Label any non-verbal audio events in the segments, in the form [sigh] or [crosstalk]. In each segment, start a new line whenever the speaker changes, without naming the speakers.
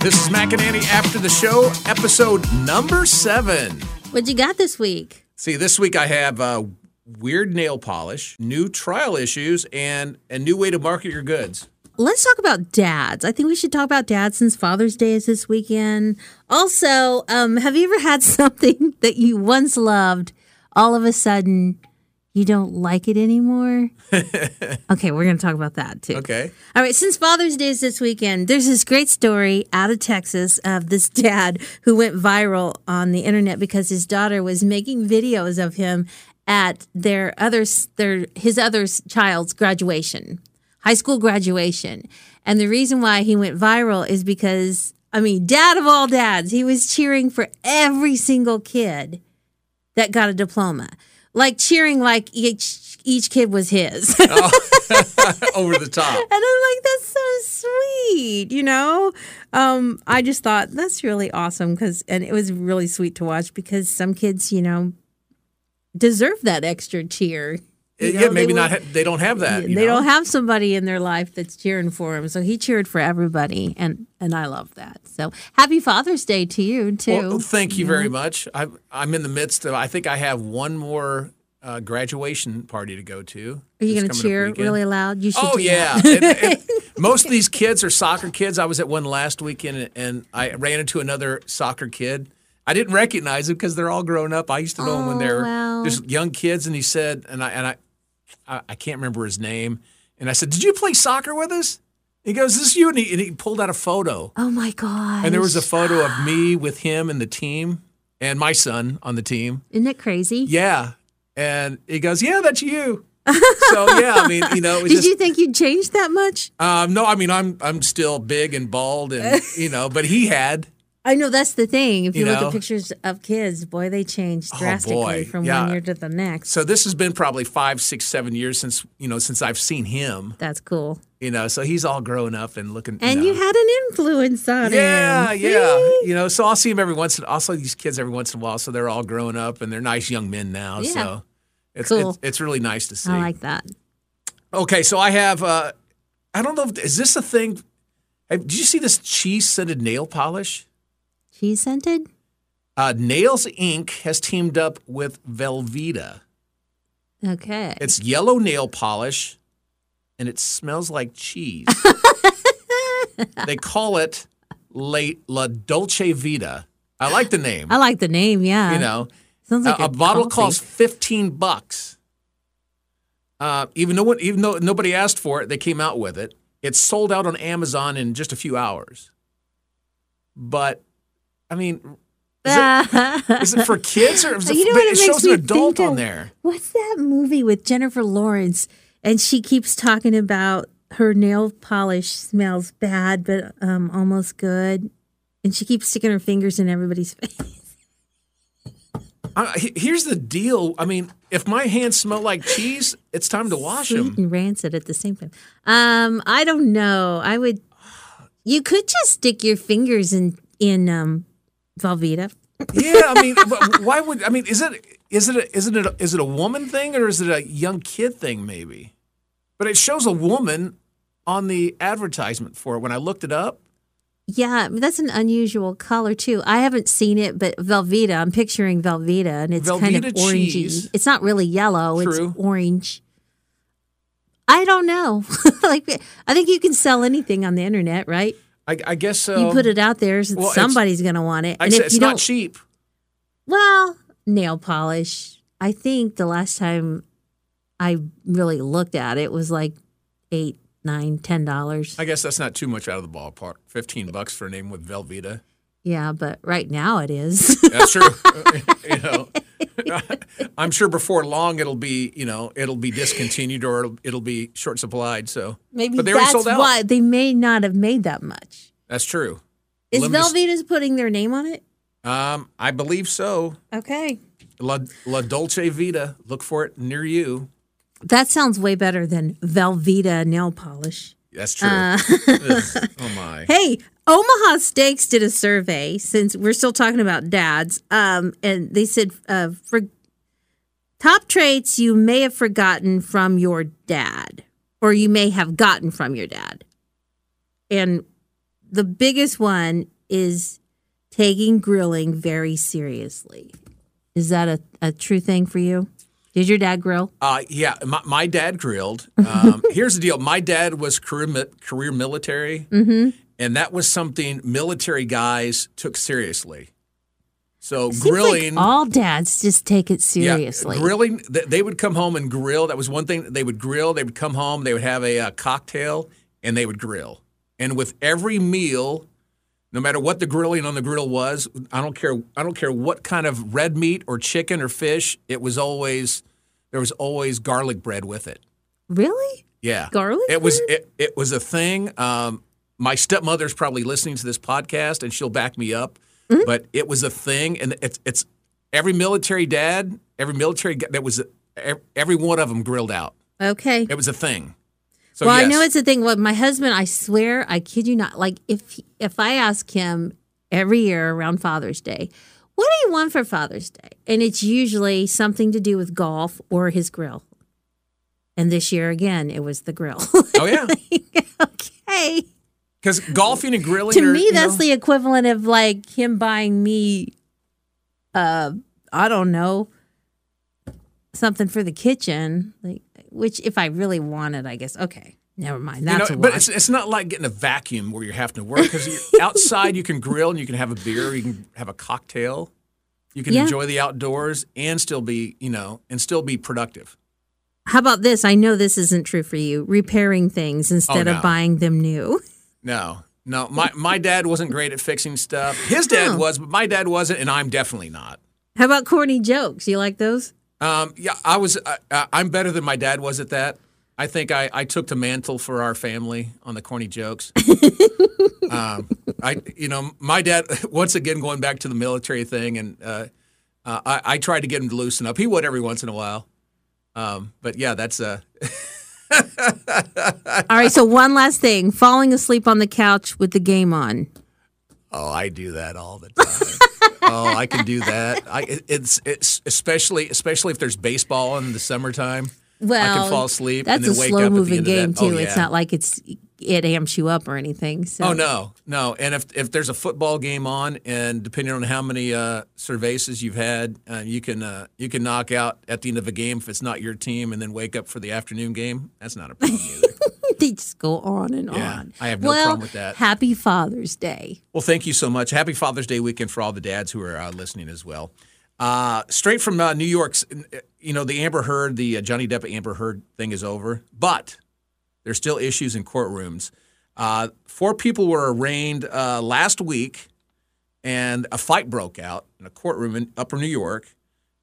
This is Mac and Annie after the show, episode number seven.
What you got this week?
See, this week I have uh, weird nail polish, new trial issues, and a new way to market your goods.
Let's talk about dads. I think we should talk about dads since Father's Day is this weekend. Also, um, have you ever had [laughs] something that you once loved, all of a sudden you don't like it anymore? okay, we're going to talk about that too.
Okay. [laughs]
All right, since Father's Day is this weekend, there's this great story out of Texas of this [laughs] dad who went viral on the internet because his daughter was making videos of him at their other their his other child's graduation, high school graduation. And the reason why he went viral is because I mean, dad of all dads, he was cheering for every single kid that got a diploma. Like cheering like each each kid was his. [laughs]
Over the top.
And I'm like, that's so sweet, you know? Um, I just thought that's really awesome because, and it was really sweet to watch because some kids, you know, deserve that extra cheer. [laughs] You know,
Uh, yeah, maybe
they
not.
would-
Ha- they don't have that.
They
you know?
don't have somebody in their life that's cheering for him, so he cheered for everybody, and and I love that. So happy Father's Day to you too.
Well, thank you very much. I'm, I'm in the midst of, I think I have one more uh, graduation party to go to.
Are
this
you going to
coming up
cheer
weekend.
really loud? You should.
Oh
do
yeah,
that.
And-
[laughs]
and most of these kids are soccer kids. I was at one last weekend, and I ran into another soccer kid. I didn't recognize him because they're all grown up. I used to know him when
Oh,
they were
wow.
just young kids, and he said, and I and I, I, I can't remember his name, and I said, "Did you play soccer with us?" He goes, "Is "This you," and he, and he pulled out a photo,
Oh my god!
and there was a photo of me with him and the team, and my son on the team.
Isn't it crazy?
Yeah, and he goes, "Yeah, that's you."
[laughs]
so yeah, I mean, you know, it was
Did
just,
you think you'd change that much?
um, no, I mean I'm I'm still big and bald
[laughs]
and you know, but he had
I know that's the thing. If you,
You
look
know? Oh,
at pictures of kids, boy, they change
boy.
drastically from
Yeah.
one year to the next.
so this has been probably five, six, seven years since you know since I've seen him.
that's cool. you
You know, so he's all grown up and looking.
And
know.
you had an influence on
yeah,
him.
yeah. You know, so I'll see him every once in. I'll see these kids every once in a while. So they're all grown up and they're nice young men now.
Yeah.
So it's,
Cool.
it's it's really nice to see.
I like that.
okay, so I have. uh I don't know. If, is this a thing? Hey, Did you see this cheese scented nail polish?
Cheese scented?
Uh, Nails Inc. has teamed up with Velveeta.
Okay.
It's yellow nail polish, and it smells like
[laughs]
cheese. they call it La, La Dolce Vita. I like the name.
I like the name, yeah.
you know,
Sounds like
a,
a,
a bottle
coffee.
costs fifteen bucks. Uh, even though one- even though nobody asked for it, they came out with it. It's sold out on Amazon in just a few hours. But, I mean, is it- [laughs] Is it for kids or
[laughs]
is it,
You know
but
what
it
it makes
shows an
me
adult
think
on
of?
there?
[laughs] What's that movie with Jennifer Lawrence? And she keeps talking about her nail polish smells bad, but um, almost good. And she keeps sticking her fingers in everybody's [laughs] face.
I, he- here's the deal. I mean, if my hands smell like cheese, it's time to wash
Sweet
them.
and rancid at the same time. Um, I don't know. I would. You could just stick your fingers in in um, Velveeta.
Yeah, I mean, but why would I mean? Is it is it a, is it a, is it a woman thing or is it a young kid thing? Maybe, but it shows a woman on the advertisement for it. When I looked it up,
Yeah, but that's an unusual color too. I haven't seen it, but Velveeta. I'm picturing Velveeta, and it's kind of
Velveeta
orangey.
cheese.
It's not really yellow;
True.
it's orange. I don't know. [laughs] like, I think you can sell anything on the internet, right?
I, I guess so.
you put it out there, so
well, it's-
somebody's going to want it.
I
and
said
if
it's
you
not
don't,
cheap.
well, nail polish. I think the last time I really looked at it was like eight, nine, ten dollars.
I guess that's not too much out of the ballpark. Fifteen bucks for a name with Velveeta.
Yeah, but right now
[laughs]
it is.
That's true. you know, [laughs] I'm sure before long it'll be you know it'll be discontinued or it'll, it'll be short supplied. So
Maybe
but they already
that's
sold out.
why they may not have made that much.
That's true.
Is
Limited-
Velveeta's putting their name on it?
Um, I believe so.
Okay.
La, La Dolce Vita. Look for it near you.
That sounds way better than Velveeta nail polish.
That's true.
Uh. [laughs]
Ugh, oh my.
Hey, Omaha Steaks did a survey since we're still talking about dads. Um, and they said uh, for top traits you may have forgotten from your dad or you may have gotten from your dad. And the biggest one is taking grilling very seriously. Is that a, a true thing for you? Did your dad grill?
Uh, yeah, my, my dad grilled.
[laughs]
Um, here's the deal: my dad was career mi- career military,
Mm-hmm.
and that was something military guys took seriously. So
Seems like
grilling,
all dads just take it
yeah,
seriously.
grilling. th- They would come home and grill. That was one thing. They would grill. They would come home. They would have a, uh cocktail and they would grill. And with every meal, no matter what the grilling on the grill was, I don't care. I don't care what kind of red meat or chicken or fish. It was always there was always garlic bread with it.
Really?
Yeah,
Garlic
It was it, it was a thing. Um, my stepmother's probably listening to this podcast, and she'll back me up.
Mm-hmm.
But it was a thing, and it's it's every military dad, every military guy that was ev- every one of them grilled out.
Okay.
It was a thing. So
well, I
yes.
know it's a thing. Well, my husband, I swear, I kid you not. Like if he- if I ask him every year around Father's Day, what do you want for Father's Day? And it's usually something to do with golf or his grill. And this year again, it was the grill. [laughs]
oh yeah,
okay.
because golfing and grilling.
to
are,
me,
you
that's
know-
the equivalent of like him buying me, uh, I don't know, something for the kitchen. Like, which if I really wanted, I guess. Okay, never mind.
you know,
That's a
but
wash.
it's, it's not like getting a vacuum where you're having to work because
[laughs]
outside you can grill and you can have a beer, you can have a cocktail, you can
Yeah.
enjoy the outdoors and still be you know and still be productive.
How about this? I know this isn't true for you. Repairing things instead
Oh, no.
of buying them new. [laughs]
No, no. My my dad wasn't great at fixing stuff. His dad
Huh.
was, but my dad wasn't, and I'm definitely not.
How about corny jokes? You like those?
Um, yeah, I was. I, I- I'm better than my dad was at that. I think I, I took the mantle for our family on the corny jokes. um, I you know my dad [laughs] once again going back to the military thing, and uh, uh, I, I tried to get him to loosen up. He would every once in a while, um, but yeah, that's uh,
All right. So one last thing: falling asleep on the couch with the game on.
Oh, I do that all the time. oh, I can do that. I it- it's it's especially especially if there's baseball in the summertime. I
Well,
can fall asleep and
That's
then
a
wake
slow
up at the
moving
end of
game
that.
too.
Oh,
It's
yeah.
not like it's it amps you up or anything. So
Oh no, no. And if if there's a football game on, and depending on how many uh, cervezas you've had, uh, you can uh, you can knock out at the end of a game if it's not your team, and then wake up for the afternoon game. That's not a problem either.
[laughs] they just go on and
Yeah,
on.
I have no
well,
problem with that.
Happy Father's Day.
Well, thank you so much. Happy Father's Day weekend for all the dads who are uh, listening as well. Uh, straight from uh, New York's, uh, you know, the Amber Heard, the uh, Johnny Depp Amber Heard thing is over, but there's still issues in courtrooms. Uh, four people were arraigned uh, last week, and a fight broke out in a courtroom in Upper New York.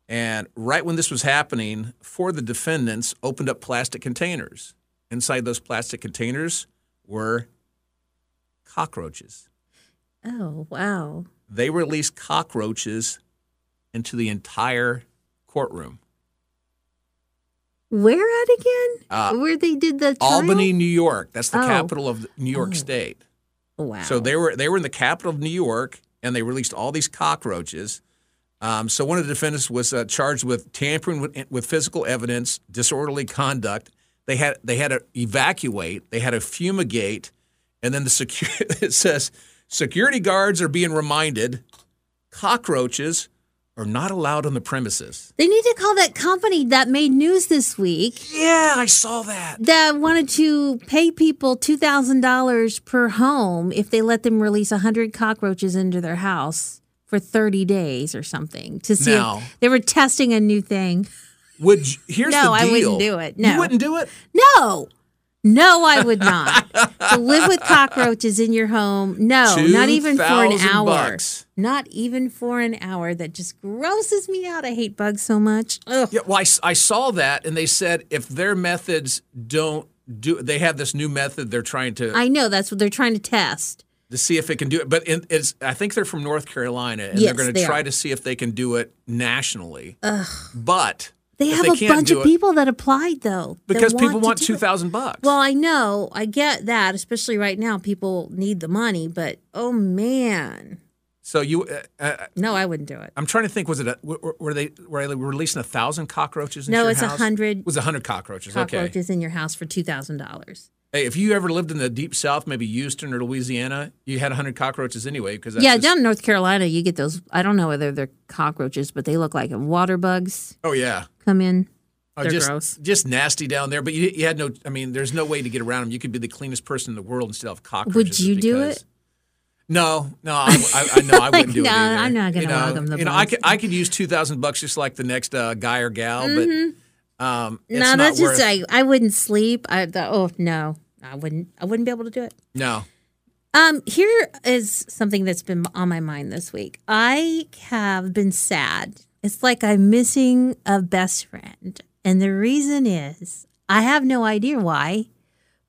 And right when this was happening, four of the defendants opened up plastic containers. Inside those plastic containers were cockroaches
Oh wow.
they released cockroaches into the entire courtroom.
Where at again?
Uh,
Where they did the trial?
Albany, New York. That's the
Oh.
capital of New York
Oh.
State.
Wow.
So they were they were in the capital of New York, and they released all these cockroaches. Um, so one of the defendants was uh, charged with tampering with, with physical evidence, disorderly conduct. They had they had to evacuate. They had to fumigate, and then the security [laughs] it says security guards are being reminded cockroaches are not allowed on the premises.
They need to call that company that made news this week
Yeah, I saw that.
that wanted to pay people two thousand dollars per home if they let them release hundred cockroaches into their house for thirty days or something to see
No.
if they were testing a new thing.
Would you, here's
No,
the
I
deal.
wouldn't do it. No.
You wouldn't do it.
No. No, I would not. to live with cockroaches in your home. No, not even for an
2,000
hour.
bucks.
Not even for an hour. That just grosses me out. I hate bugs so much. Ugh.
Yeah, well, I, s- I saw that, and they said if their methods don't do, they have this new method they're trying to
I know that's what they're trying to test.
to see if it can do it. But in, it's I think they're from North Carolina, and
Yes,
they're going to
they
try
are.
to see if they can do it nationally. But
They
if
have
they
a
can't
bunch
do
of
it-
people that applied though. that
because people want
to do
two
it.
thousand bucks.
Well, I know. I get that, especially right now people need the money, but oh man.
so you, uh, uh,
No, I wouldn't do it.
I'm trying to think. Was it a, were, were they were they releasing a thousand cockroaches?
No,
into your
it's a
house?
hundred
It was a hundred cockroaches. Okay.
Cockroaches in your house for $2,000.
Hey, if you ever lived in the deep south, maybe Houston or Louisiana, you had 100 cockroaches anyway because
yeah, down in North Carolina, you get those. I don't know whether they're cockroaches, but they look like water bugs
Oh yeah.
come in.
Oh,
They're
just,
gross.
just nasty down there, but you, you had no. I mean, there's no way to get around them. You could be the cleanest person in the world and still have cockroaches.
you do
because-
it?
No, no, I, I, I
[laughs]
know I wouldn't do
no,
it. either.
I'm not gonna
you know,
welcome the
You know, I
bugs.
could I could use two thousand bucks just like the next uh, guy or gal, but um, it's
Mm-hmm. no,
not
that's
worth.
just like I wouldn't sleep. I the, oh no, I wouldn't. I wouldn't be able to do it.
no.
Um, here is something that's been on my mind this week. I have been sad. It's like I'm missing a best friend. And the reason is I have no idea why,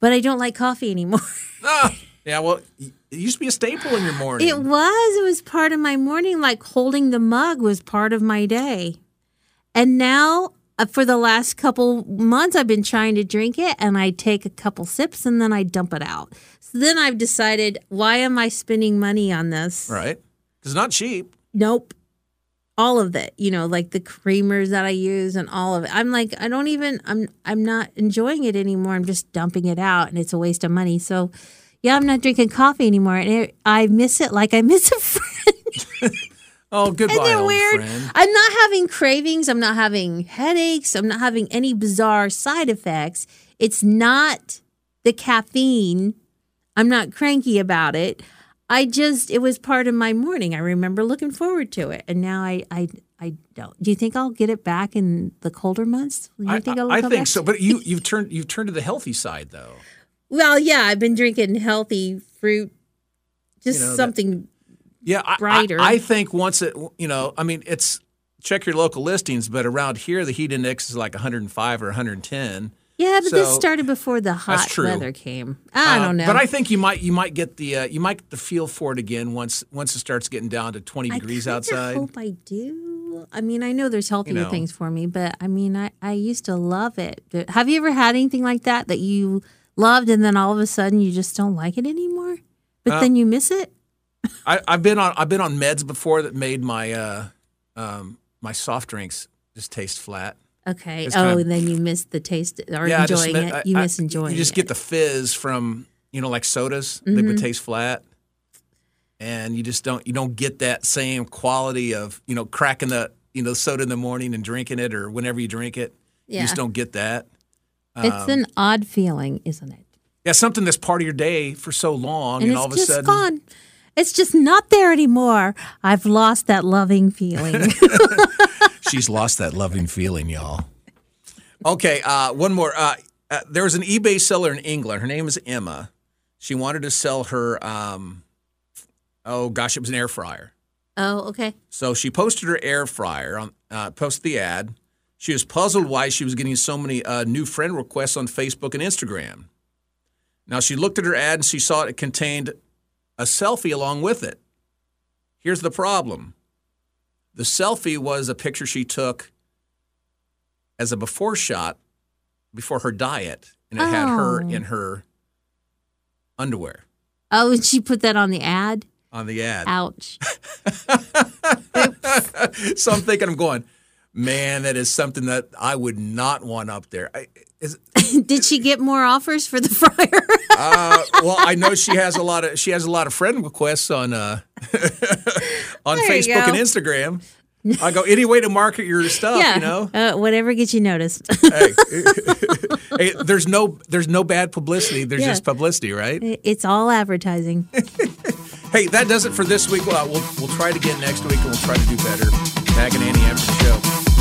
but I don't like coffee anymore. [laughs]
Ah, yeah, well, it used to be a staple in your morning.
It was. It was part of my morning. Like holding the mug was part of my day. And now, uh, for the last couple months, I've been trying to drink it and I take a couple sips and then I dump it out. So then I've decided, why am I spending money on this?
right? Because it's not cheap.
Nope. All of it, you know, like the creamers that I use and all of it. I'm like, I don't even I'm I'm not enjoying it anymore. I'm just dumping it out and it's a waste of money. So yeah, I'm not drinking coffee anymore. And it, I miss it like I miss a friend.
Oh, goodbye,
Isn't it
old
weird?
friend.
I'm not having cravings. I'm not having headaches. I'm not having any bizarre side effects. It's not the caffeine. I'm not cranky about it. I just it was part of my morning. I remember looking forward to it, and now I I, I don't. Do you think I'll get it back in the colder months? Do you
I,
think
I-
I'll
I
go
think
back?
so, but
[laughs]
you you've turned you've turned to the healthy side though.
Well, yeah, I've been drinking healthy fruit, just
know, that-
something.
Yeah, I- I,
brighter.
I, think once it, you know, I mean, it's check your local listings, but around here the heat index is like 105 or 110.
yeah, but this
so-
started before the hot
true.
weather came. I
Um,
don't know.
but I think you might you might get the uh, you might get the feel for it again once once it starts getting down to 20 degrees
kinda
outside.
hope I do. I mean, I know there's healthier
know.
things for me, but I mean, I, I used to love it. But Have you ever had anything like that that you loved and then all of a sudden you just don't like it anymore? But
Um,
then you miss it?
I, I've been on I've been on meds before that made my uh, um, my soft drinks just taste flat.
Okay.
it's
Oh,
kinda-
and then you miss the taste or
I just
enjoying
mi-
it.
I-
you
I-
miss enjoying
You just
it. Mm-hmm.
get the fizz from you know like sodas; they would taste flat, and you just don't you don't get that same quality of you know cracking the you know soda in the morning and drinking it or whenever you drink it. You
Yeah.
just don't um, get that.
it's an odd feeling, isn't it?
Yeah, something that's part of your day for so long, and,
And it's
all of a
just
sudden,
gone. It's just not there anymore. I've lost that
[laughs]
loving feeling.
She's lost that loving feeling, y'all. Okay, uh, one more. Uh, uh, there was an eBay seller in England. Her name is Emma. She wanted to sell her, um, oh gosh, it was an air fryer.
oh, okay.
So she posted her air fryer on uh, posted the ad. She was puzzled why she was getting so many uh, new friend requests on Facebook and Instagram. Now she looked at her ad and she saw it contained a selfie along with it. Here's the problem: the selfie was a picture she took as a before shot before her diet, and it had her
Oh.
in her underwear
Oh, and she put that on the ad?
on the ad.
Ouch.
[laughs] so I'm thinking, I'm going, man, that is something that I would not want up there. I, is,
Did she get more offers for the [laughs] fryer?
uh, well, I know she has a lot of she has a lot of friend requests on uh, [laughs] on
There you
Facebook and
go.
Instagram. I go any way to market your stuff, Oh, you know.
Uh, whatever gets you noticed.
Hey. Hey, there's no there's no bad publicity. There's
Yeah.
just publicity, right?
it's all advertising.
Hey, that does it for this week. Well, we'll we'll try it again next week, and we'll try to do better. Back in Annie after the show.